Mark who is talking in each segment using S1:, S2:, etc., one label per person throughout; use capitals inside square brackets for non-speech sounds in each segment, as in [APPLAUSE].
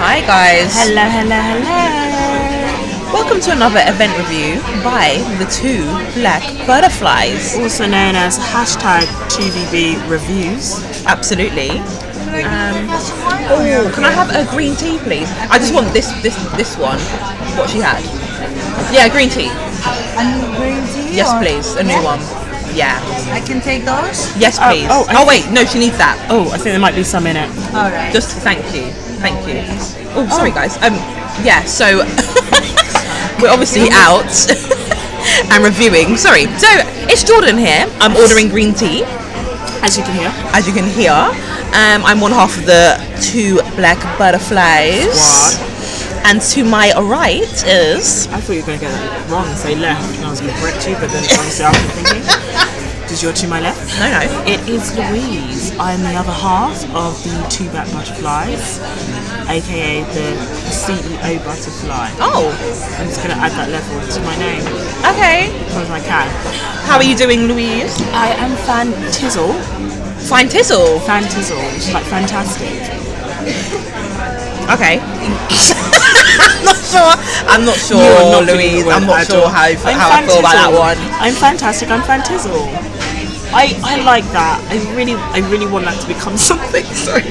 S1: Hi guys.
S2: Hello, hello, hello.
S1: Welcome to another event review by the two black butterflies.
S2: Also known as hashtag TBB reviews.
S1: Absolutely.
S2: Um,
S1: oh, can I have a green tea, please? I just want this, this, this one. What she had. Yeah, green tea.
S3: A new green tea?
S1: Yes,
S3: or-
S1: please. A new
S3: Yeah?
S1: one. Yeah.
S3: I can take those?
S1: Yes,
S2: Oh,
S1: please.
S2: oh,
S1: Oh,
S2: I
S1: wait, no, she needs that.
S2: Oh, I think there might be some in it.
S3: Alright.
S1: Just thank you, thank you. Oh, sorry guys. Um, yeah. So [LAUGHS] we're obviously out [LAUGHS] and reviewing. Sorry. So it's Jordan here. I'm ordering green tea,
S2: As you can hear.
S1: as you can hear. Um, I'm one half of the two black butterflies.
S2: Squad.
S1: And to my right is
S2: I thought you were going to get that wrong and say left. And I was going to correct you, but then obviously I was thinking. Does your to my left?
S1: no, no.
S2: It is Louise. I'm the other half of the Two Black Butterflies, aka the CEO Butterfly.
S1: Oh,
S2: I'm just going to add that level to my name as
S1: okay.
S2: far as I can.
S1: How are you doing, Louise?
S2: I am Fan Tizzle.
S1: Fine tizzle.
S2: Fan Tizzle, which is like fantastic. [LAUGHS]
S1: Okay. not sure. I'm not sure,
S2: You are not thinking
S1: Oh, Louise.
S2: the word
S1: I'm not
S2: at
S1: sure
S2: all.
S1: how, I f-
S2: I'm
S1: how I feel about that
S2: fantizzled.
S1: one.
S2: I'm fantastic. I'm fantizzle. I, I like that. I really I really want that to become [LAUGHS] something. Sorry,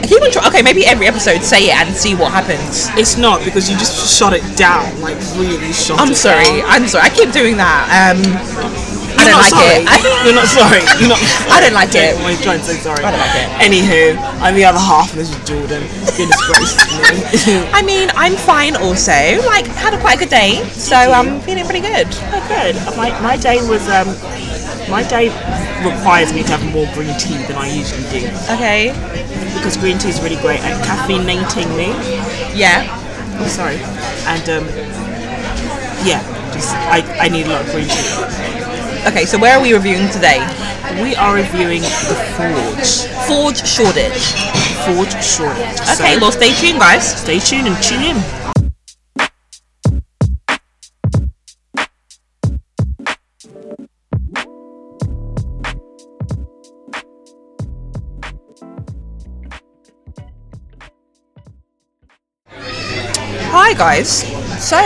S1: I keep on try- okay, maybe every episode say it and see what happens.
S2: it's not because you just shut it down. Like really shut.
S1: I'm
S2: it
S1: sorry.
S2: down.
S1: I'm sorry. I keep doing that. Um, I
S2: You're
S1: don't
S2: not
S1: like
S2: sorry.
S1: it. [LAUGHS] I,
S2: You're not sorry. You're not.
S1: [LAUGHS] I don't like it.
S2: I'm trying to say sorry.
S1: I don't like it.
S2: Anywho, I'm the other half, and this is Jordan. Goodness [LAUGHS]
S1: [LAUGHS]
S2: gracious me.
S1: I mean, I'm fine also. Like, had a quite a good day, so I'm feeling pretty good.
S2: Oh, good. My, my day was um, my day requires me to have more green tea than I usually do
S1: Okay.
S2: because green tea is really great at caffeinating me.
S1: Yeah.
S2: Oh, sorry. And um, yeah, just I, I need a lot of green tea.
S1: Okay, so where are we reviewing today?
S2: We are reviewing the Forge,
S1: Forge Shoreditch.
S2: Forge Shortage.
S1: Okay,
S2: so
S1: well, stay tuned, guys.
S2: stay tuned and tune in.
S1: Hi, guys. So,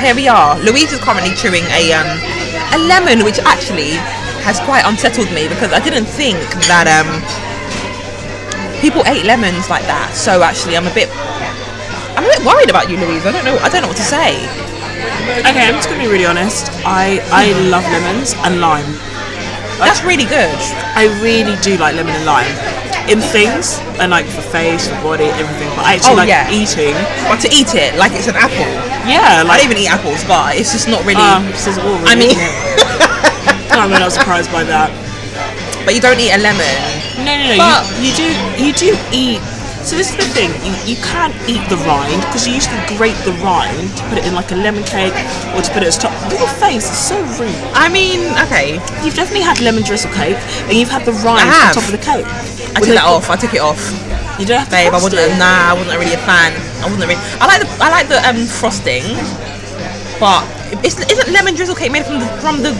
S1: here we are. Louise is currently chewing a, um, a lemon, which actually has quite unsettled me because I didn't think that um, people ate lemons like that. So, actually, I'm a bit. I'm a bit worried about you, Louise. I don't know. I don't know what to say.
S2: Okay, I'm just gonna be really honest. I I love lemons and lime.
S1: That's really good.
S2: I really do like lemon and lime in things and like for face, for body, everything. But I actually
S1: Oh,
S2: like
S1: yeah.
S2: eating.
S1: But to eat it like it's an apple, I
S2: Yeah, like
S1: don't even eat apples, but it's just not really.
S2: um, this is all. Really,
S1: I mean-
S2: isn't it? [LAUGHS] no, I'm not surprised by that.
S1: but you don't eat a lemon.
S2: No, no, no.
S1: But-
S2: you, you do, you do eat. So this is the thing. You, you can't eat the rind because you used to grate the rind to put it in like a lemon cake or to put it as top. Your face is so rude.
S1: I mean, okay.
S2: You've definitely had lemon drizzle cake and you've had the rind
S1: I
S2: on
S1: have.
S2: top of the cake.
S1: I took that off. I took it off.
S2: You don't have to
S1: babe. I
S2: crust
S1: wasn't.
S2: it.
S1: Nah, I wasn't really a fan. I wasn't really. I like the. I like the um, frosting, but it's, isn't lemon drizzle cake made from the from the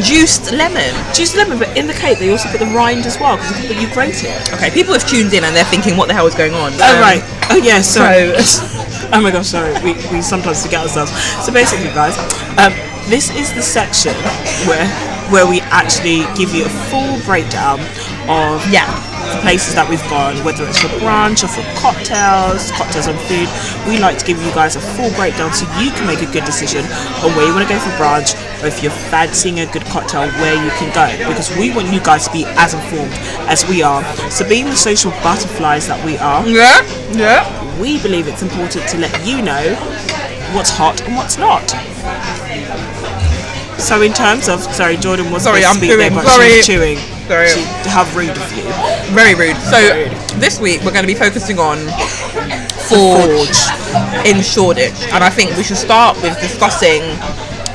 S1: juiced lemon?
S2: Juice lemon, but in the cake they also put the rind as well because you, you grate it.
S1: Okay, people have tuned in and they're thinking, what the hell is going on?
S2: Oh
S1: Um,
S2: right. Oh yeah. So.
S1: so-
S2: [LAUGHS] oh my gosh. Sorry. We, we sometimes forget ourselves. So basically, guys, um, this is the section where where we actually give you a full breakdown of
S1: Yeah.
S2: the places that we've gone, whether it's for brunch or for cocktails, cocktails and food. We like to give you guys a full breakdown so you can make a good decision on where you want to go for brunch or if you're fancying a good cocktail, where you can go. Because we want you guys to be as informed as we are. So being the social butterflies that we are,
S1: Yeah. Yeah.
S2: we believe it's important to let you know what's hot and what's not. So in terms of sorry, Jordan was
S1: Sorry,
S2: supposed
S1: I'm
S2: to speak
S1: chewing.
S2: there, but
S1: Sorry.
S2: she was chewing.
S1: Sorry.
S2: She, how rude of you.
S1: Very rude. So this week we're going to be focusing on Forge in Shoreditch, and I think we should start with discussing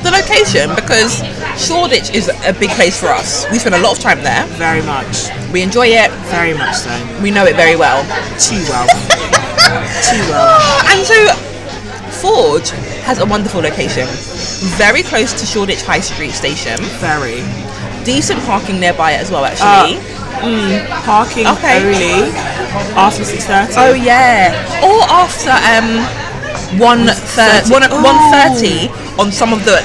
S1: the location because Shoreditch is a big place for us. We spend a lot of time there.
S2: Very much.
S1: We enjoy it.
S2: Very much so.
S1: We know it very well.
S2: Too well. Too well.
S1: And so, Forge has a wonderful location, very close to Shoreditch High Street Station.
S2: Very.
S1: Decent parking nearby as well, actually.
S2: Parking
S1: Okay.
S2: only after six thirty.
S1: Oh yeah, or after um, one thir- one
S2: Oh.
S1: one thirty on some of the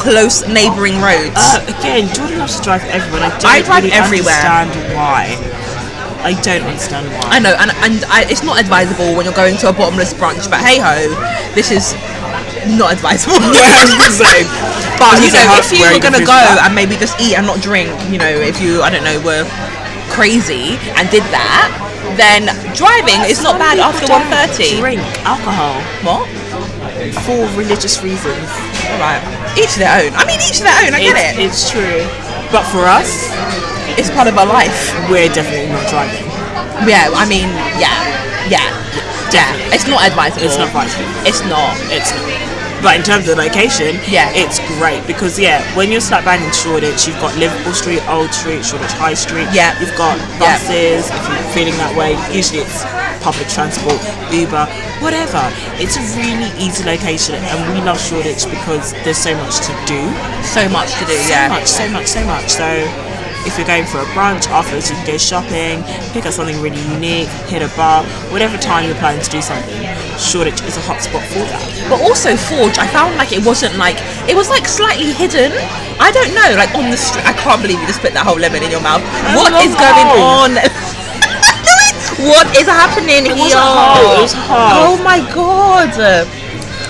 S1: close neighbouring roads.
S2: Uh, again, Jordan loves to drive everywhere. and I don't
S1: I drive
S2: really
S1: everywhere.
S2: understand why. I don't understand why. [LAUGHS]
S1: I know, and and I, it's not advisable when you're going to a bottomless brunch. But hey ho, this is not [LAUGHS] advisable.
S2: Yeah, I was gonna say.
S1: But
S2: I was
S1: Oh, you
S2: gonna say,
S1: know,
S2: how-
S1: if you
S2: where are
S1: were
S2: you
S1: gonna
S2: gonna
S1: go
S2: finish that?
S1: and maybe just eat and not drink, you know, if you I don't know were crazy and did that, then driving is not bad
S2: People
S1: after
S2: don't
S1: one thirty.
S2: Drink alcohol
S1: What?
S2: for religious reasons.
S1: All right, each their own. I mean, each their own. I get
S2: It's-
S1: it.
S2: It's true. But for us,
S1: It's part of our life.
S2: we're definitely not driving.
S1: Yeah, I mean, yeah, yeah, yeah. It's not advisable.
S2: It's not advisable.
S1: It's not.
S2: It's but in terms of location,
S1: Yeah.
S2: it's great because yeah, when you're sat down in Shoreditch, you've got Liverpool Street, Old Street, Shoreditch High Street.
S1: Yeah.
S2: you've got
S1: Yeah.
S2: buses. If you're feeling that way, usually it's public transport, Uber, whatever. It's a really easy location, and we love Shoreditch because there's so much to do.
S1: So much to do.
S2: So
S1: yeah.
S2: much, so much, so much. So. If you're going for a brunch, afterwards you can go shopping, pick up something really unique, hit a bar, whatever time you're planning to do something. Shoreditch is a hot spot for that.
S1: But also Forge, I found like it wasn't like it was like slightly hidden. I don't know, like on the street. I can't believe you just put that whole lemon in your mouth. What
S2: love
S1: is going
S2: that.
S1: on? [LAUGHS] what is happening
S2: It
S1: here?
S2: wasn't whole, it was half.
S1: Oh my god,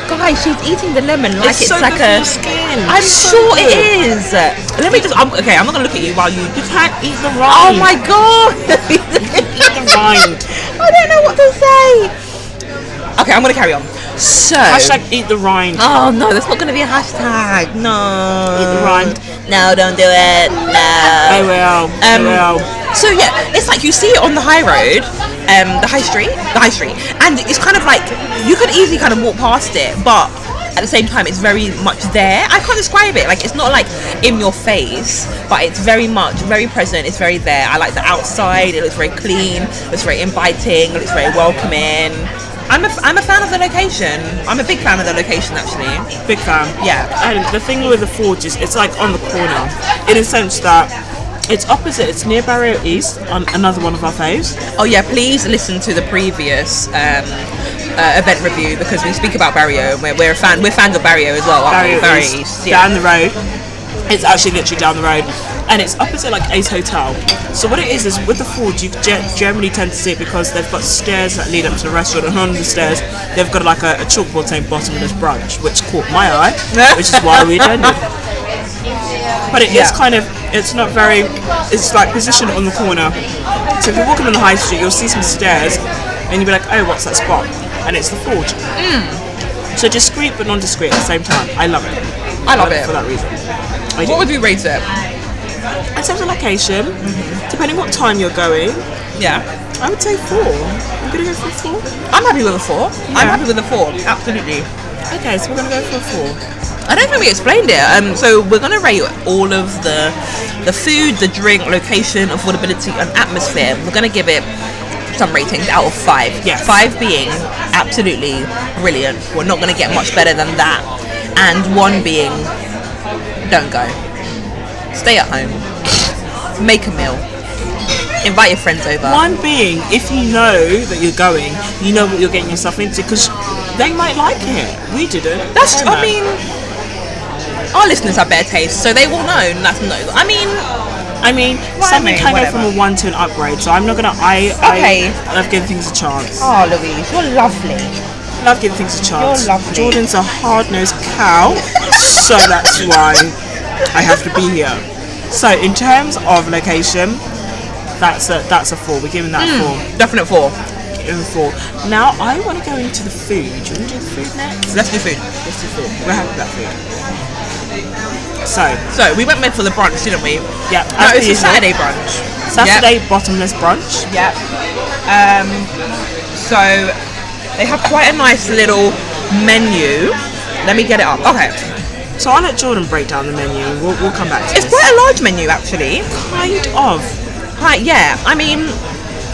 S1: guys, she's eating the lemon like it's,
S2: It's so
S1: like
S2: good for
S1: a.
S2: your skin.
S1: I'm
S2: So
S1: sure it
S2: good.
S1: is. Let me just. I'm, okay, I'm not gonna look at you while you.
S2: You can't eat the
S1: Oh
S2: rind.
S1: my [LAUGHS] god!
S2: Eat the rind.
S1: I don't know what to say. Okay, I'm gonna carry on. So
S2: Hashtag eat the rind.
S1: Oh no, that's not going to be a hashtag. No.
S2: Eat the rind.
S1: No, don't do it. No.
S2: I will.
S1: Um,
S2: I will.
S1: so yeah, it's like you see it on the high road, um, the high street, the high street, and it's kind of like you could easily kind of walk past it, but at the same time, it's very much there. I can't describe it. Like it's not like in your face, but it's very much, very present. It's very there. I like the outside. It looks very clean. It looks very inviting. It looks very welcoming. I'm a, I'm a fan of the location. I'm a big fan of the location actually.
S2: Big fan.
S1: Yeah.
S2: And the thing with the forge is it's like on the corner in a sense that it's opposite. It's near Barrio East, on another one of our faves.
S1: Oh yeah, please listen to the previous um, uh, event review because we speak about Barrio and we're, we're a fan. We're fans of Barrio as well. Aren't
S2: Barrio
S1: we? Barrio
S2: East,
S1: East, yeah.
S2: down the road. It's actually literally down the road, and it's opposite like Ace Hotel. So what it is is with the Ford, you ge- generally tend to see it because they've got stairs that lead up to the restaurant, and on the stairs they've got like a, a chalkboard saying bottomless brunch, which caught
S1: [LAUGHS]
S2: my eye, which is why we attended. But it is
S1: Yeah.
S2: kind of it's not very it's like positioned on the corner. So if you're walking on the high street, you'll see some stairs, and you'll be like, oh, what's that spot? And it's the Forge. So discreet but non-discreet at the same time. I love it.
S1: I love it.
S2: for that reason. I do.
S1: What would we rate it?
S2: In terms of location, depending what time you're going,
S1: Yeah,
S2: I would say four. I'm gonna go for four.
S1: I'm happy with a four. I'm
S2: Yeah.
S1: happy with a four. Absolutely.
S2: Okay, so we're gonna go for four.
S1: I don't think we explained it. Um, so we're gonna rate all of the the food, the drink, location, affordability, and atmosphere. We're gonna give it some ratings out of five.
S2: Yes.
S1: Five being absolutely brilliant. We're not gonna get much better than that. And one being don't go. Stay at home. Make a meal. Invite your friends over.
S2: One being, if you know that you're going, you know what you're getting yourself into because they might like it. We didn't.
S1: That's.
S2: don't
S1: I
S2: know.
S1: mean, our listeners have better taste, so they will know. That's no. I mean,
S2: I mean,
S1: Well, I
S2: something
S1: mean,
S2: can
S1: whatever.
S2: go from a one to an upgrade. So I'm not gonna. I
S1: Okay.
S2: I love giving things a chance.
S1: oh, Louise, you're lovely.
S2: Love giving things a chance.
S1: You're lovely.
S2: Jordan's a hard nosed cow, so that's why I have to be here. So in terms of location, that's a that's a four. We're giving that
S1: Hmm.
S2: a four.
S1: Definite four.
S2: Giving a four. Now I want to go into the food. Do you want to do the food next?
S1: Let's do food.
S2: Let's do food. We're happy with that food. So
S1: So we went mad for the brunch, didn't we?
S2: yeah,
S1: No,
S2: as
S1: it's a
S2: per usual,
S1: Saturday brunch.
S2: Saturday bottomless brunch.
S1: Yep. Um, so they have quite a nice little menu. Let me get it up. Okay.
S2: So I'll let Jordan break down the menu. We'll, we'll come back to
S1: It's
S2: this.
S1: quite a large menu actually.
S2: kind of.
S1: Hi, yeah. I mean,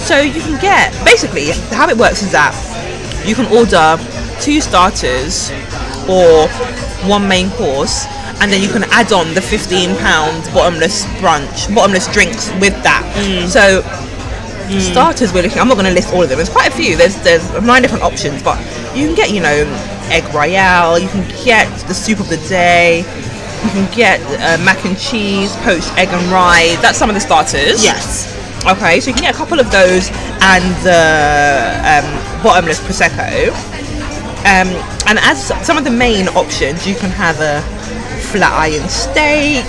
S1: so you can get basically how it works is that you can order two starters or one main course, and then you can add on the fifteen pound bottomless brunch, bottomless drinks with that. So starters we're looking. I'm not going to list all of them. There's quite a few. There's there's nine different options, but you can get you know egg royale. You can get the soup of the day. You can get uh, mac and cheese, poached egg and rye. That's some of the starters.
S2: Yes.
S1: Okay, so you can get a couple of those and the um, bottomless prosecco. Um, and as some of the main options, you can have a flat iron steak,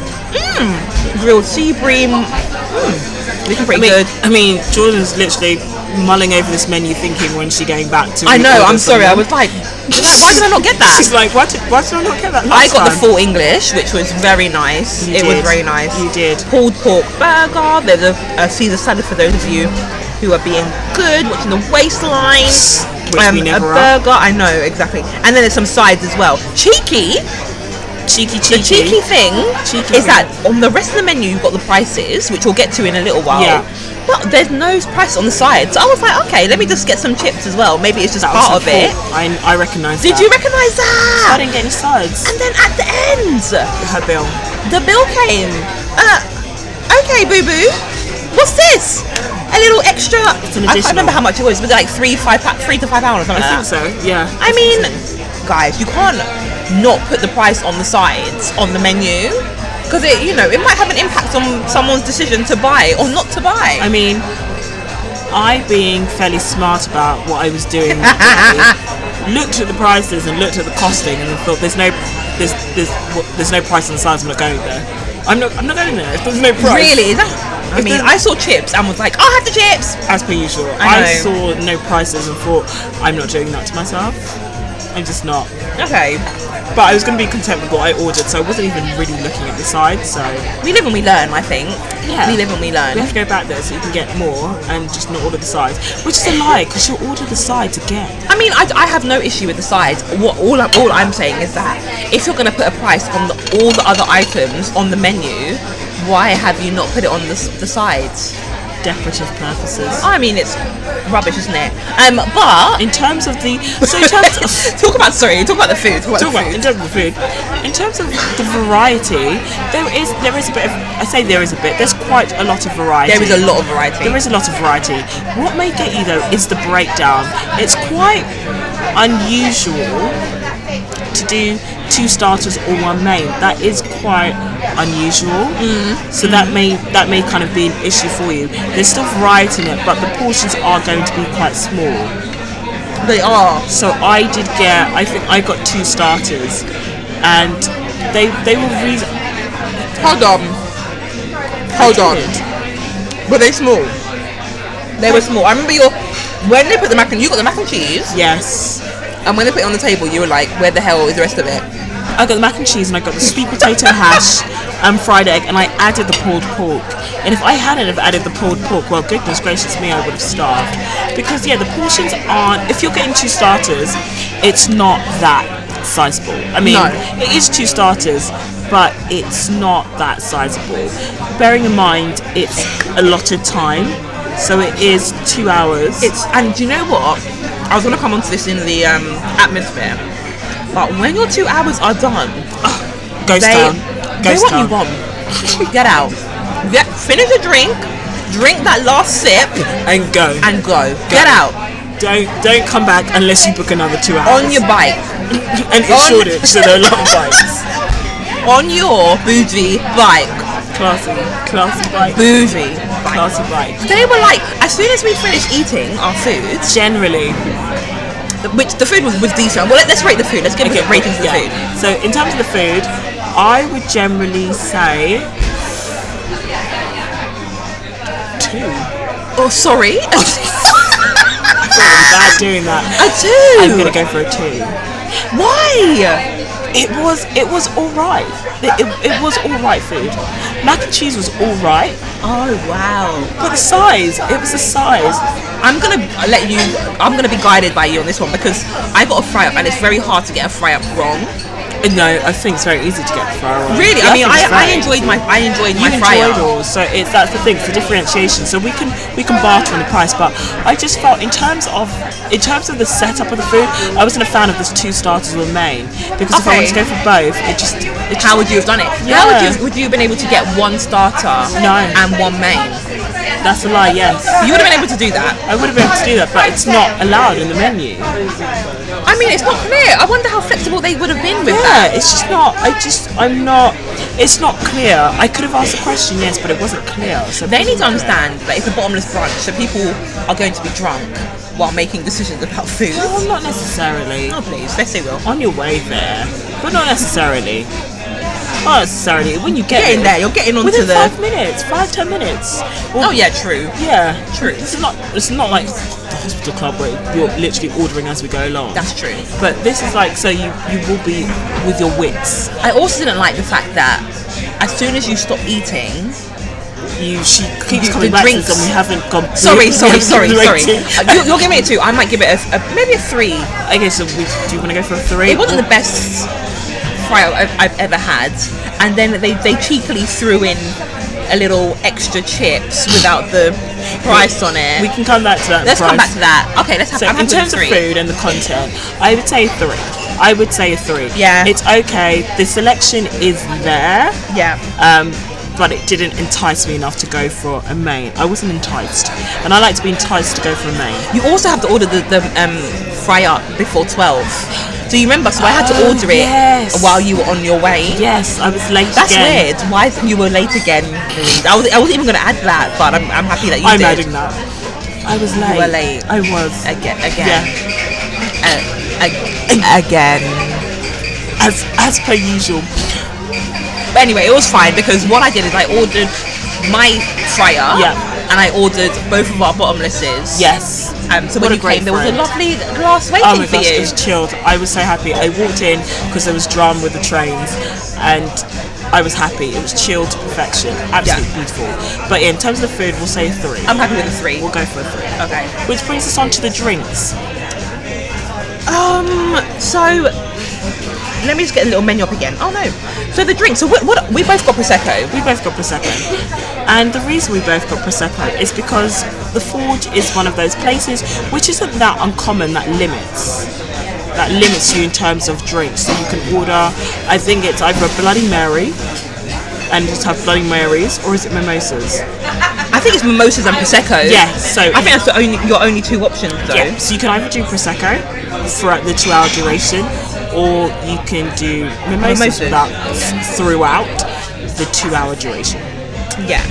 S1: mm, grilled sea bream. Mm, looking pretty
S2: I mean,
S1: good.
S2: I mean, Jordan's literally mulling over this menu, thinking when's she going back to.
S1: I know.
S2: reorder
S1: I'm sorry. I
S2: someone.
S1: was like, why, why did I not get
S2: [LAUGHS]
S1: that?
S2: She's like, why did, why did I not get that?
S1: I
S2: Last
S1: got the
S2: time?
S1: full English, which was very nice.
S2: You
S1: it was
S2: did.
S1: very nice.
S2: You did.
S1: Pulled pork burger. There's a, a Caesar salad for those of you who are being good, watching the waistline. Um,
S2: Which we
S1: a
S2: never are.
S1: burger. I know exactly. And then there's some sides as well. Cheeky.
S2: cheeky, cheeky,
S1: The cheeky thing
S2: Cheeky
S1: is
S2: thing.
S1: that on the rest of the menu you've got the prices, which we'll get to in a little while.
S2: Yeah.
S1: But there's no price on the side, so I was like, okay, let me just get some chips as well. Maybe it's just
S2: That was
S1: part
S2: her
S1: of it.
S2: fault. I, I recognise.
S1: Did
S2: that.
S1: you recognise that?
S2: I didn't get any sides.
S1: And then at the end,
S2: Her bill.
S1: the bill came. Uh, okay, boo boo. What's this? A little extra.
S2: an
S1: I can't
S2: additional. Uh,
S1: remember how much it was. Was it like three, five, pa- three to five pounds or something
S2: I
S1: like
S2: think
S1: that?
S2: so. Yeah.
S1: I mean, guys, you can't not put the price on the sides on the menu because it, you know, it might have an impact on someone's decision to buy or not to buy.
S2: I mean, I being fairly smart about what I was doing,
S1: [LAUGHS]
S2: I looked at the prices and looked at the costing and thought, "There's no, there's, there's, well, there's no price on the sides. I'm not going there. I'm not, I'm not going there. If there's no price.
S1: really? Is that? I
S2: If
S1: mean,
S2: there's-
S1: I saw chips and was like, I'll have the chips.
S2: As per usual,
S1: I
S2: I,
S1: know.
S2: saw no prices and thought, "I'm not doing that to myself. I'm just not."
S1: Okay.
S2: But I was going to be content with what I ordered, so I wasn't even really looking at the sides. So
S1: We live and we learn, I think.
S2: Yeah.
S1: We live and we learn.
S2: we have to go back there so you can get more and just not order the sides, which is a lie because you'll order the sides again.
S1: I mean, I, I have no issue with the sides. What all I'm, all I'm saying is that if you're going to put a price on the, all the other items on the menu, why have you not put it on the, s- the sides?
S2: decorative purposes.
S1: I mean, it's rubbish, isn't it? Um, but
S2: In terms of the so in terms of
S1: [LAUGHS] talk about sorry, talk about the food. Talk about
S2: Talk
S1: the
S2: about-
S1: food.
S2: in terms of food, in terms of the variety, there is there is a bit of I say there is a bit. There's quite a lot of variety.
S1: There is a lot of variety.
S2: There is a lot of variety. What may get you though is the breakdown. It's quite unusual to do two starters or one main. That is quite unusual.
S1: Mm.
S2: So that may that may kind of be an issue for you. There's still variety in it, but the portions are going to be quite small.
S1: They are.
S2: So I did get, I think I got two starters, and they they were really
S1: Hold on. Hold on. Were they small? They were small. I remember your when they put the mac and you got the mac and cheese,
S2: Yes,
S1: and when they put it on the table, you were like, "Where the hell is the rest of it?"
S2: I got the mac and cheese, and I got the sweet potato hash and fried egg, and I added the pulled pork. And if I hadn't have added the pulled pork, well, goodness gracious me, I would have starved. Because yeah, the portions aren't. If you're getting two starters, it's not that sizable. I mean,
S1: No.
S2: it is two starters. But it's not that sizable. Bearing in mind, it's allotted time. So it is two hours.
S1: It's and do you know what? I was gonna come onto this in the um, atmosphere, but when your two hours are done,
S2: goes
S1: they
S2: down.
S1: do
S2: Goes
S1: what
S2: down.
S1: you want. [LAUGHS] Get out. Get, finish a drink, drink that last sip,
S2: And go.
S1: and
S2: And
S1: go. Get out
S2: don't don't come back unless you book another two hours.
S1: on your bike,
S2: and it's
S1: on-
S2: Shoreditch, so there are a lot of bikes.
S1: on your bougie bike,
S2: Classy, classy bike,
S1: bougie bike.
S2: classy bike.
S1: They were like, as soon as we finished eating our food,
S2: Generally,
S1: which the food was, was decent. Well, let, us rate the food. Let's give a rating to the food.
S2: yeah. So in terms of the food, I would generally say two.
S1: Oh, sorry, [LAUGHS]
S2: I'm bad doing
S1: [LAUGHS]
S2: that.
S1: a 2
S2: I'm gonna go for a two.
S1: Why?
S2: It was it was all right. It, it, it was all right food. Mac and cheese was all right,
S1: Oh wow!
S2: but the size it was the size.
S1: I'm gonna let you. I'm gonna be guided by you on this one because I got a fry up, and it's very hard to get a fry up wrong.
S2: No, I think it's very easy to get far away.
S1: Really, I
S2: Yeah,
S1: mean,
S2: think
S1: I,
S2: it's
S1: I
S2: right.
S1: enjoyed my I enjoyed
S2: You
S1: my fryer.
S2: enjoyed all, so it, that's the thing. It's the differentiation. So we can we can barter on the price, but I just felt in terms of in terms of the setup of the food, I wasn't a fan of this two starters with main because if I wanted
S1: Okay.
S2: to go for both, it just it just
S1: How would you have done it?
S2: Yeah.
S1: How would you would you have been able to get one starter
S2: No.
S1: and one main?
S2: that's a lie. Yes,
S1: You would have been able to do that.
S2: I would have been able to do that, but it's not allowed in the menu.
S1: I mean, it's not clear. I wonder how flexible they would have been with that.
S2: Yeah, it's just not. I just I'm not. It's not clear. I could have asked a question, yes, but it wasn't clear. So it
S1: They need to
S2: wasn't clear.
S1: understand that it's a bottomless brunch, so people are going to be drunk while making decisions about [LAUGHS] food.
S2: Well, not necessarily.
S1: Oh, please, let's say will.
S2: on your way there, but not necessarily. Not necessarily. When you get
S1: Get in there, you're getting onto
S2: within
S1: the.
S2: five minutes, five ten minutes. Well,
S1: Oh yeah, true.
S2: yeah,
S1: True.
S2: It's not. It's not like the hospital club where you're literally ordering as we go along.
S1: That's true.
S2: But this is like so you you will be with your wits.
S1: I also didn't like the fact that as soon as you stop eating,
S2: You she keeps
S1: You-
S2: coming
S1: the
S2: back
S1: drinks-
S2: to us and we haven't gone.
S1: sorry,
S2: [LAUGHS] we
S1: sorry,
S2: haven't
S1: sorry,
S2: given the
S1: sorry.
S2: rating.
S1: Uh, You, you're giving it a two. I might give it a, a maybe a three.
S2: [LAUGHS] okay, so we, do you want to go for a three?
S1: It wasn't
S2: or-
S1: the best fry I've, I've ever had, and then they they cheekily threw in a little extra chips without the price on it.
S2: We can come back to that.
S1: Let's come
S2: price.
S1: back to that. Okay, let's have.
S2: So
S1: I'm happy
S2: in
S1: with
S2: terms of
S1: three.
S2: food and the content, I would say three. I would say a three.
S1: Yeah.
S2: It's okay. The selection is there,
S1: yeah.
S2: um, but it didn't entice me enough to go for a main. I wasn't enticed, and I like to be enticed to go for a main.
S1: You also have to order the, the um, fry up before 12. Do you remember? So I had to
S2: Oh,
S1: order it
S2: yes.
S1: while you were on your way.
S2: Yes, I was late
S1: That's
S2: again.
S1: weird. Why is you were late again, Louise? I, was, I wasn't even going to add that, but I'm, I'm happy that you
S2: I'm
S1: did.
S2: adding that. I was late.
S1: were late.
S2: I was.
S1: Again. Again. Uh,
S2: Yeah.
S1: ag- again.
S2: As as per usual.
S1: But anyway, it was fine because what I did is I ordered my fryer
S2: Yeah.
S1: and I ordered both of our bottomlesses.
S2: Yes.
S1: Um, so
S2: What
S1: when
S2: a
S1: you
S2: great
S1: came, there was a
S2: friend.
S1: lovely glass waiting
S2: Oh my
S1: for
S2: gosh,
S1: you.
S2: it was chilled. I was so happy. I walked in because there was drama with the trains, and I was happy. It was chilled to perfection. Absolutely beautiful. But in terms of the food, we'll say three.
S1: I'm happy with the three.
S2: We'll go for a three.
S1: Okay.
S2: Which brings us on to the drinks.
S1: Um. So let me just get a little menu up again. Oh no. So the drinks. So what? what we both got prosecco.
S2: We both got prosecco, and the reason we both got prosecco is because the Forge is one of those places which isn't that uncommon that limits. That limits you in terms of drinks. So you can order. I think it's either a Bloody Mary, and just have Bloody Marys, or is it mimosas?
S1: I think it's mimosas and prosecco.
S2: Yeah, so-
S1: I think that's the only your only two options though.
S2: Yeah. So you can either do prosecco throughout the two-hour duration, or you can do
S1: Mimosas.
S2: mimosas, without- throughout the two-hour duration.
S1: Yeah.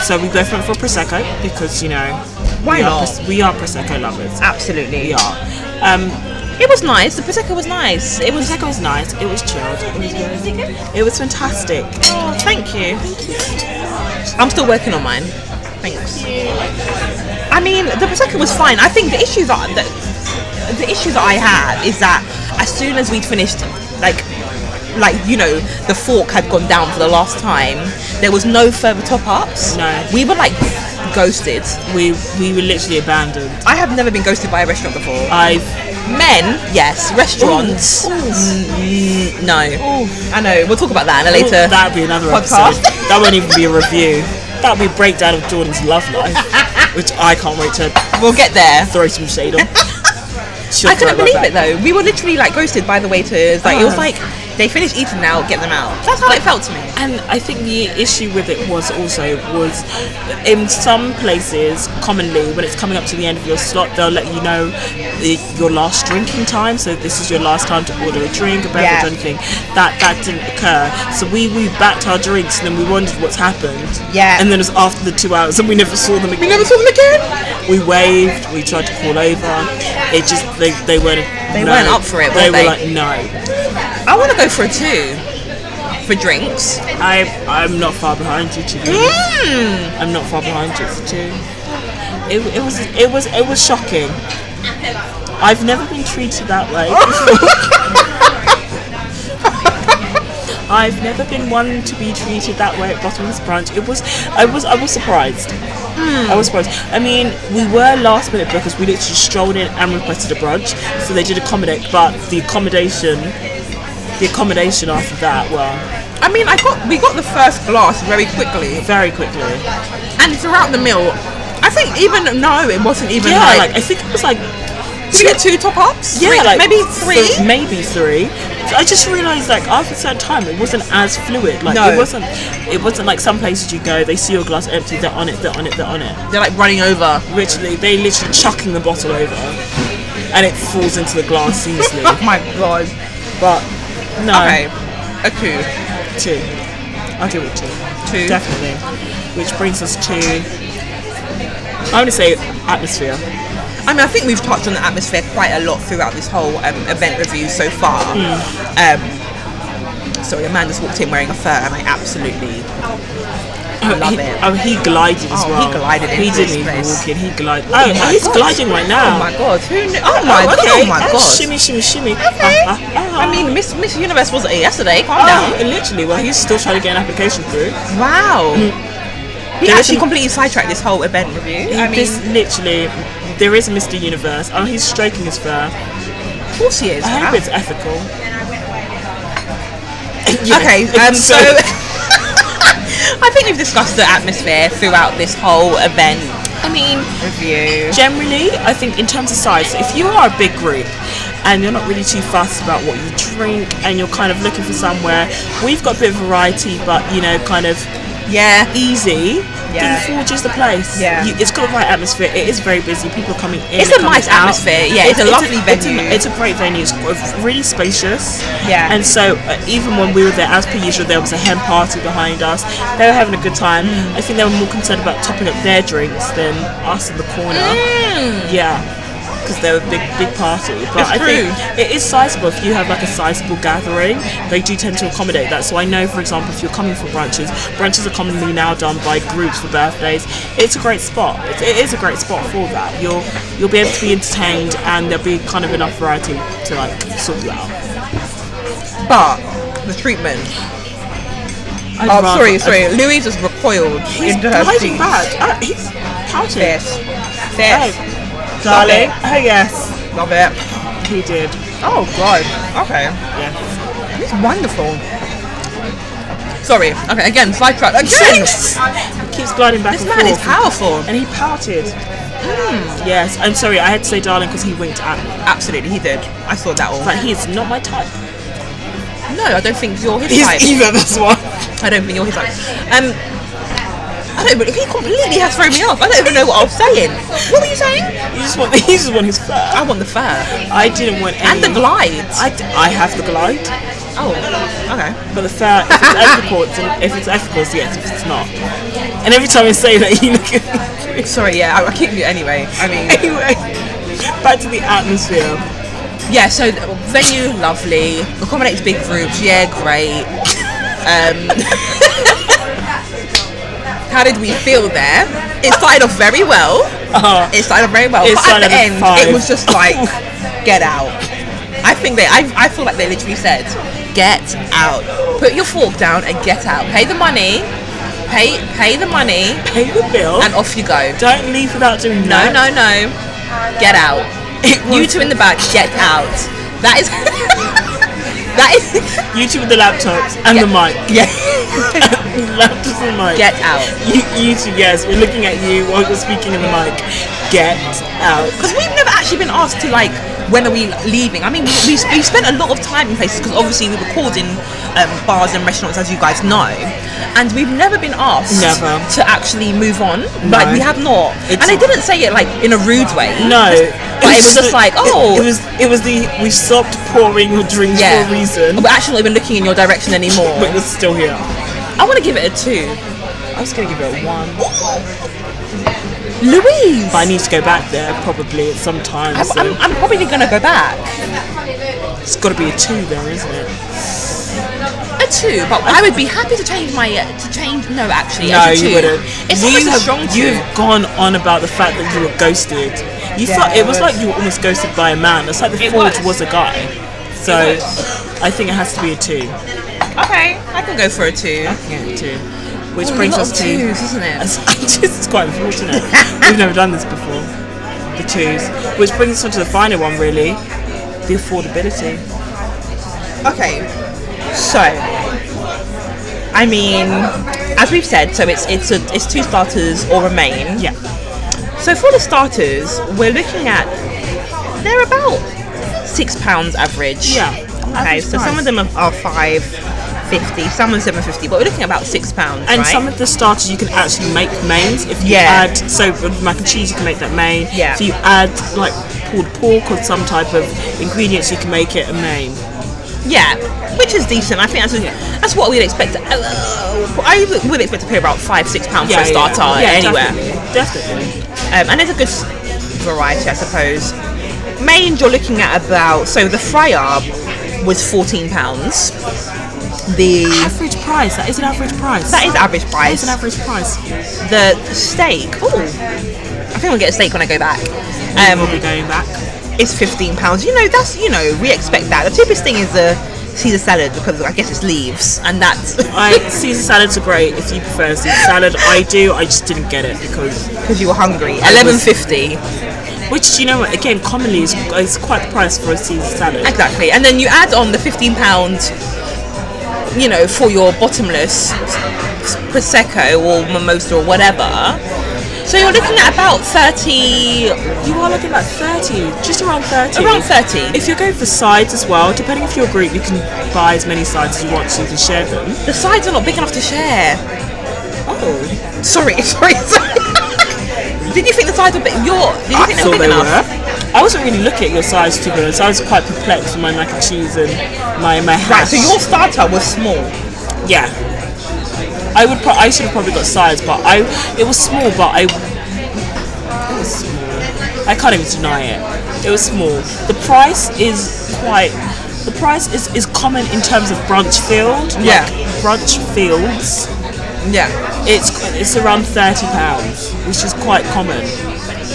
S2: So we both went for prosecco because you know
S1: Why
S2: we Are,
S1: not?
S2: pros- we are prosecco lovers.
S1: Absolutely.
S2: We are. Um,
S1: It was nice. The prosecco was nice. It was.
S2: prosecco was nice. It was chilled. It was, it was fantastic.
S1: Oh, thank you. I'm still working on mine. Thanks. I mean, the prosecco was fine. I think the issue that the, the issue that I had is that as soon as we'd finished, like, like you know, the fork had gone down for the last time. There was no further top ups.
S2: No.
S1: We were like ghosted.
S2: We we were literally abandoned.
S1: I have never been ghosted by a restaurant before.
S2: I've
S1: Men, yes. Restaurants,
S2: Ooh.
S1: mm, no.
S2: Ooh.
S1: I know. We'll talk about that in a later.
S2: oh, That'd be another
S1: podcast.
S2: episode. That won't even be a review. That would be a breakdown of Jordan's love
S1: [LAUGHS]
S2: life, which I can't wait to
S1: we'll get there.
S2: throw some shade
S1: [LAUGHS]
S2: on. She'll
S1: I couldn't
S2: throw
S1: believe
S2: right
S1: it
S2: back.
S1: though. We were literally like ghosted by the waiters. Like it was
S2: Oh.
S1: like they finished eating now, get them out. That's how it felt to me.
S2: And I think the issue with it was also was in some places, commonly when it's coming up to the end of your slot, they'll let you know the, your last drinking time. So this is your last time to order a drink, a beverage,
S1: Yeah.
S2: or anything. That that didn't occur. So we we backed our drinks and then we wondered what's happened.
S1: Yeah.
S2: And then it was after the two hours and we never saw them
S1: We
S2: again.
S1: never saw them again.
S2: We waved. We tried to call over. It just they they weren't
S1: They
S2: no.
S1: weren't up for it,
S2: They
S1: were
S2: were
S1: they?
S2: like no.
S1: I want to go for a two for drinks.
S2: I I'm not far behind you to be honest.
S1: Mm.
S2: I'm not far behind you for two. It, it was it was it was shocking. I've never been treated that [LAUGHS] way. I've never been one to be treated that way at Bottomless Brunch. It was I was I was surprised. I was surprised. I mean, we were last minute because we literally strolled in and requested a brunch, so they did accommodate. But the accommodation The accommodation after that, well,
S1: I mean, I got we got the first glass very quickly,
S2: very quickly.
S1: and throughout the meal, I think even no, it wasn't even
S2: Yeah,
S1: like.
S2: like I think it was like
S1: did we get two top ups?
S2: yeah,
S1: Three-
S2: like
S1: maybe
S2: th-
S1: three.
S2: maybe three. I just realised like after a certain time it wasn't as fluid. Like
S1: No.
S2: it wasn't it wasn't like some places you go, they see your glass empty, they're on it, they're on it, they're on it.
S1: They're like running over.
S2: Literally they literally chucking the bottle over and it falls into the glass
S1: Oh [LAUGHS]
S2: seamlessly.
S1: my god.
S2: but no
S1: Okay, a coup.
S2: two. I'll do it two.
S1: Two.
S2: Definitely. Which brings us to I'm gonna say atmosphere.
S1: I mean, I think we've touched on the atmosphere quite a lot throughout this whole um, event review so far.
S2: Hmm.
S1: Um, sorry, a man just walked in wearing a fur, and I absolutely love
S2: Oh, he,
S1: it.
S2: Oh, he glided as
S1: Oh, he
S2: well.
S1: glided
S2: He
S1: into
S2: didn't
S1: his
S2: even
S1: place.
S2: walk in. He glided. Oh,
S1: my
S2: he's
S1: God.
S2: gliding right now.
S1: Oh my god! Who knew? Oh my
S2: Oh,
S1: god!
S2: okay.
S1: Oh my
S2: Oh,
S1: god!
S2: Shimmy, shimmy,
S1: [LAUGHS]
S2: shimmy.
S1: Okay.
S2: Ah, ah, ah.
S1: I mean, Miss Miss Universe wasn't it yesterday? Calm
S2: Oh,
S1: down.
S2: and literally. Well, he's still trying to get an application through.
S1: Wow.
S2: Hmm.
S1: He
S2: There
S1: actually
S2: isn't-
S1: completely sidetracked this whole event review. I mean,
S2: this literally, there is a Mr. Universe. Oh, he's stroking his fur.
S1: of course he is.
S2: I hope
S1: Wow.
S2: it's ethical. [LAUGHS]
S1: [LAUGHS]
S2: Yeah.
S1: Okay,
S2: [LAUGHS]
S1: um, so I think we've discussed the atmosphere throughout this whole event
S2: I mean,
S1: review.
S2: generally, I think in terms of size, if you are a big group and you're not really too fussed about what you drink and you're kind of looking for somewhere, we've got a bit of variety, but you know, kind of
S1: Yeah,
S2: easy.
S1: Yeah.
S2: Yeah. Then Forge is the place.
S1: Yeah.
S2: You, it's got the right atmosphere. It is very busy. People are coming in.
S1: It's a
S2: and coming
S1: nice
S2: out.
S1: atmosphere, yeah, it's a lovely
S2: it's a-
S1: venue.
S2: It's a, great venue. It's g- really spacious.
S1: Yeah.
S2: And so uh, even when we were there, as per usual, there was a hen party behind us. They were having a good time.
S1: Mm.
S2: I think they were more concerned about topping up their drinks than us in the corner.
S1: Mm.
S2: Yeah. Because they're a big, big party,
S1: It's
S2: but I
S1: true.
S2: think it is sizable. If you have like a sizable gathering, they do tend to accommodate that. So I know, for example, if you're coming for brunches, brunches are commonly now done by groups for birthdays. It's a great spot. It, it is a great spot for that. You'll you'll be able to be entertained, and there'll be kind of enough variety to like sort you out.
S1: but the treatment.
S2: I'd
S1: Oh,
S2: rather-
S1: sorry, sorry. Louise just recoiled
S2: He's
S1: into her
S2: hiding
S1: seat.
S2: back. Oh, he's pouting.
S1: Yes, yes,
S2: Oh, darling. Oh yes,
S1: love it.
S2: he did.
S1: Oh god. Okay,
S2: Yeah.
S1: it's wonderful. Sorry. Okay, again sidetracked. Again,
S2: keeps gliding back
S1: this
S2: and
S1: man
S2: forth.
S1: is powerful.
S2: and he pouted. Hmm. Yes, I'm sorry, I had to say darling because he winked at me.
S1: Absolutely, he did. I saw that all.
S2: But he's not my type.
S1: No, I don't think you're his type.
S2: either, that's why.
S1: I don't think you're his type. Um, I don't. But he completely has thrown me off. I don't even know what I was saying. What were you saying?
S2: You just want, [LAUGHS] he just want his fur.
S1: I want the fur
S2: I didn't want
S1: and
S2: any.
S1: the glides.
S2: I, d- I have the glide,
S1: oh, okay.
S2: but the fur, if it's ethical, it's an, if it's ethical, it's yes, if it's not. And every time I say that, you look at me. [LAUGHS]
S1: Sorry, yeah, I, I keep you anyway. I mean,
S2: Anyway, back to the atmosphere.
S1: yeah. So the venue, lovely. Accommodates big groups. Yeah, great. Um, [LAUGHS] how did we feel there? It started off very well.
S2: Uh,
S1: It started off very well, but
S2: It
S1: at
S2: started
S1: the
S2: at
S1: end,
S2: five.
S1: it was just like, get out. I think they. I, I feel like they literally said, get out. Put your fork down and get out. Pay the money. Pay pay the money
S2: pay the bill.
S1: and off you go.
S2: Don't leave without doing
S1: No,
S2: that.
S1: no, no. Get out. [LAUGHS] You two in the back, get out. That is. [LAUGHS] that is. [LAUGHS]
S2: YouTube with the laptops and the mic. [LAUGHS]
S1: Yeah.
S2: laptops and mic.
S1: Get out.
S2: You, you two, yes, we're looking at you while you're speaking in the mic. Get out.
S1: Because we've never actually been asked to, like, when are we leaving? I mean, we, we, we spent a lot of time in places because obviously we record in um, bars and restaurants, as you guys know. And we've never been asked
S2: Never.
S1: to actually move on. Like,
S2: No.
S1: we have not.
S2: It's-
S1: and they didn't say it, like, in a rude way.
S2: No,
S1: But it was just like, oh.
S2: it, it was it was the we stopped pouring your drinks
S1: yeah.
S2: for a reason,
S1: We're actually not even looking in your direction anymore.
S2: but you're still here.
S1: I want to give it a two.
S2: I was gonna give it a one,
S1: Louise!
S2: but I need to go back there probably at some time.
S1: I'm,
S2: so
S1: I'm, I'm probably gonna go back.
S2: it's got to be a two there, isn't it?
S1: A two, but I would be happy to change my uh, to change. No, actually,
S2: No,
S1: a two.
S2: you wouldn't.
S1: It's
S2: you
S1: always a
S2: have
S1: strong two.
S2: you have gone on about the fact that you were ghosted. You
S1: Yeah,
S2: felt
S1: it
S2: it was,
S1: was.
S2: like you were almost ghosted by a man. It's like the
S1: It
S2: forge
S1: was.
S2: was. a guy. So
S1: It
S2: I think it has to be a two.
S1: Okay, I can go for a two.
S2: Yeah, two. Which
S1: Oh,
S2: brings
S1: a lot
S2: us
S1: of
S2: to
S1: twos, isn't
S2: [LAUGHS]
S1: it?
S2: It's- it's quite unfortunate. We've never done this before. The twos, which brings us on to the final one, really, the affordability.
S1: Okay, So, I mean, as we've said, so it's it's a, it's two starters or remain.
S2: Yeah.
S1: So for the starters, we're looking at they're about six pounds average.
S2: Yeah,
S1: Okay,
S2: average
S1: so some
S2: price.
S1: of them are, are five fifty, some are seven fifty, but we're looking at about six pounds.
S2: And
S1: right?
S2: some of the starters you can actually make mains. If you
S1: Yeah.
S2: add so with mac and cheese, you can make that main.
S1: Yeah.
S2: If you add like pulled pork or some type of ingredients, you can make it a main.
S1: Yeah, which is decent. I think that's,
S2: Yeah.
S1: that's what we'd expect. To, uh, I would expect to pay about five, six pounds for a starter anywhere.
S2: Definitely. definitely.
S1: Um, and there's a good s- variety, I suppose. Main, you're looking at about so the fryer was fourteen pounds. The
S2: Average price. That is an average price.
S1: that is average
S2: It's
S1: price.
S2: an average price.
S1: The steak, oh, I think I'll get a steak when I go back. Um,
S2: we'll be going back.
S1: it's fifteen pounds. You know, that's you know, we expect that. The cheapest thing is the Caesar salad because I guess it's leaves, and that's [LAUGHS]
S2: I, Caesar salads are great if you prefer Caesar salad. I do. I just didn't get it because,
S1: because you were hungry. Eleven fifty
S2: which you know, what, again, commonly is, is quite the price for a Caesar salad.
S1: exactly, and then you add on the fifteen pound, you know, for your bottomless prosecco or mimosa or whatever. So you're looking at about thirty.
S2: You are looking at 30, just around 30.
S1: Around 30.
S2: If you're going for sides as well, depending if you're a group, you can buy as many sides as you want so you can share them.
S1: The sides are not big enough to share.
S2: Oh,
S1: Sorry, [LAUGHS] sorry, sorry. Did you think the sides were big? Your, did you
S2: I
S1: think they were
S2: thought
S1: big
S2: they
S1: enough?
S2: were. I wasn't really looking at your size too good, so I was quite perplexed with my mac and cheese and my, my
S1: Right,
S2: hash.
S1: so your starter was small.
S2: Yeah. I would. Pro- I should have probably got sides, but I. It was small, but I. It was small. I can't even deny it. It was small. The price is quite. The price is, is common in terms of brunch field. like
S1: Yeah.
S2: brunch fields.
S1: Yeah.
S2: It's it's around thirty pounds, which is quite common.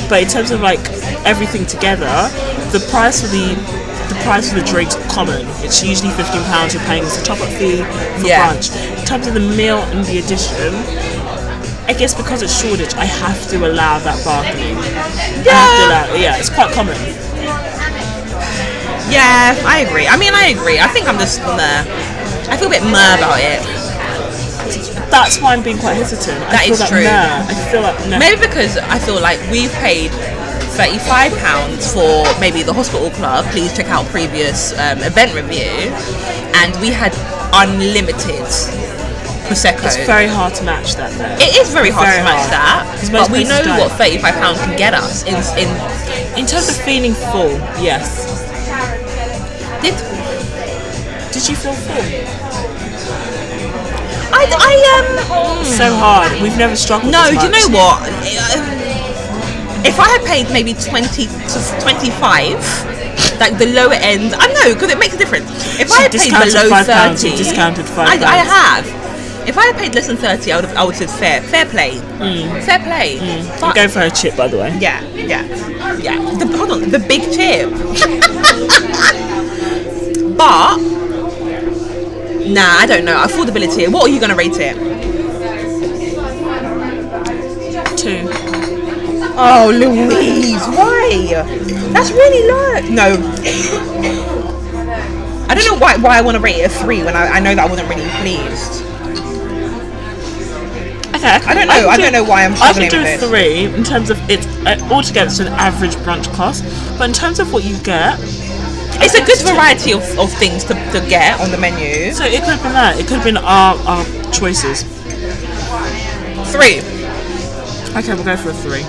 S2: But in terms of like everything together, the price for the the price for the drinks are common. It's usually fifteen pounds you're paying as a top up fee for
S1: Yeah.
S2: brunch. In terms of the meal and the addition, I guess because it's Shoreditch, I have to allow that bargaining. I have to allow, yeah, it's quite common.
S1: Yeah, I agree. I mean, I agree. I think I'm just meh. I feel a bit meh about it.
S2: That's why I'm being quite hesitant.
S1: That
S2: I feel
S1: is
S2: that
S1: true.
S2: Nah, I feel like nah.
S1: Maybe because I feel like we've paid thirty-five pounds for maybe the hospital club. Please check out previous um, event review, and we had unlimited prosecco.
S2: it's very hard to match that. Though.
S1: It is very hard to
S2: very
S1: match
S2: hard.
S1: that,
S2: 'Cause
S1: but
S2: most
S1: we know
S2: places don't.
S1: what thirty-five pounds can get us. In, in
S2: in terms of feeling full, yes.
S1: did
S2: Did you feel full?
S1: I? I um.
S2: so hard. We've never struggled.
S1: No,
S2: as
S1: do you know
S2: much.
S1: what? If I had paid maybe 20 to 25, like the lower end, I know, because it makes a difference. If
S2: She
S1: I had paid
S2: discounted
S1: below
S2: five
S1: 30,
S2: pounds, you discounted five
S1: I, I
S2: pounds.
S1: have. If I had paid less than 30, I would have, I would have said fair, fair play.
S2: Mm.
S1: Fair play. But-
S2: I'm going for a chip, by the way.
S1: yeah, yeah, yeah. The, hold on, the big chip. [LAUGHS] but nah, I don't know. Affordability. What are you gonna rate it?
S2: Two.
S1: Oh, Louise, why? That's really low. No. I don't know why, why I want to rate it a three when I, I know that I wasn't really pleased.
S2: Okay, I, can,
S1: I don't know.
S2: can
S1: I
S2: do-
S1: don't know why I'm
S2: I can
S1: struggling
S2: do
S1: with
S2: a
S1: this.
S2: three in terms of it's uh, altogether it's an average brunch cost, but in terms of what you get,
S1: It's a good variety of, of things to, to get on the menu.
S2: so it could have been that. It could have been our, our choices.
S1: Three.
S2: Okay, we'll go for a three.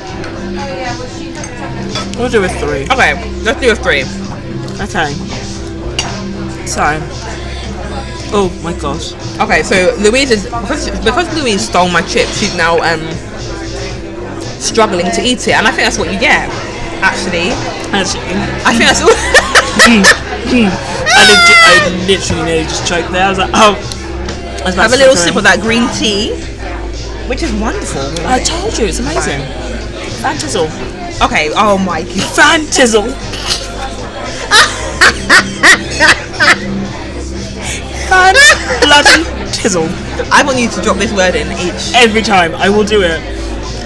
S2: We'll do a three.
S1: Okay, let's do a three.
S2: Okay. So. Oh my gosh.
S1: Okay, so Louise is because, because Louise stole my chip. She's now um struggling to eat it, and I think that's what you get. Actually,
S2: Actually, [LAUGHS]
S1: I think that's all. [LAUGHS]
S2: I, legit, I literally nearly just choked there. I was like, oh. I was about
S1: Have a
S2: to
S1: little
S2: say
S1: sip of that green tea, which is wonderful.
S2: I told you, it's amazing. Fantizzle.
S1: Okay. Oh my god.
S2: Fantizzle. Fan bloody tizzle.
S1: I want you to drop this word in each.
S2: Every time, I will do it.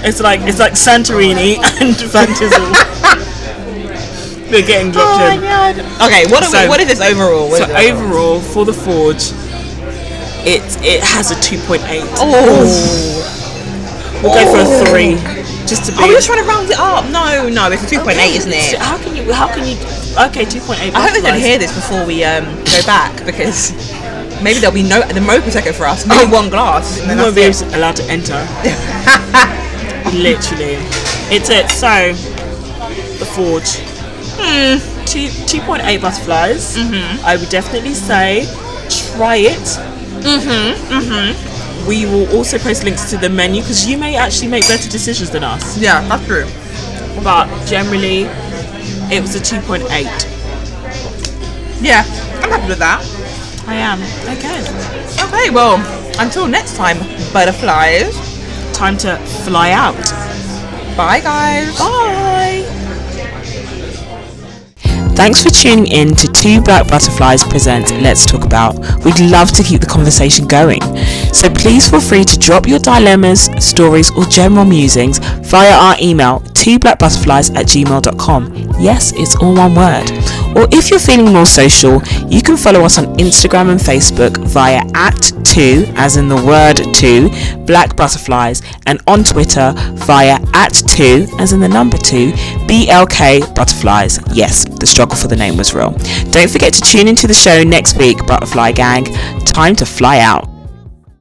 S2: It's like it's like Santorini [LAUGHS] and Fantizzle. They're getting dropped in.
S1: god. Okay. What, are we-
S2: So-
S1: what is this overall? What
S2: So
S1: is it
S2: overall, for the Forge, It it has a 2.8.
S1: Oh,
S2: We'll go for a three, just to be.
S1: oh, we're just trying to round it up. No, no, it's a two point
S2: Okay,
S1: eight, isn't
S2: so
S1: it?
S2: How can you? How can you? Okay, two point eight.
S1: I hope they don't hear this before we um, go back because maybe there'll be no the mo prosecco for us. Maybe one glass. And
S2: You
S1: then
S2: won't
S1: that's it.
S2: be able to- allowed to
S1: [LAUGHS]
S2: enter. Literally, it's it. So, the forge.
S1: Hmm.
S2: Two two point eight butterflies. Mm-hmm. I would definitely say try it. Mm-hmm. Mm-hmm. We will also post links to the menu because you may actually make better decisions than us.
S1: Yeah, that's true.
S2: But generally, it was a two point eight.
S1: Yeah, I'm happy with that.
S2: I am okay.
S1: Okay, well, until next time, butterflies.
S2: time to fly out.
S1: Bye, guys.
S2: Bye. Thanks for tuning in to Two Black Butterflies Presents Let's Talk About. We'd love to keep the conversation going. So please feel free to drop your dilemmas, stories, or general musings via our email, twoblackbutterflies at gmail.com. Yes, it's all one word. Or if you're feeling more social, you can follow us on Instagram and Facebook via at two, as in the word two, black butterflies, and on Twitter via at two, as in the number two, BLK butterflies. Yes, the struggle for the name was real. Don't forget to tune into the show next week, Butterfly Gang. Time to fly out.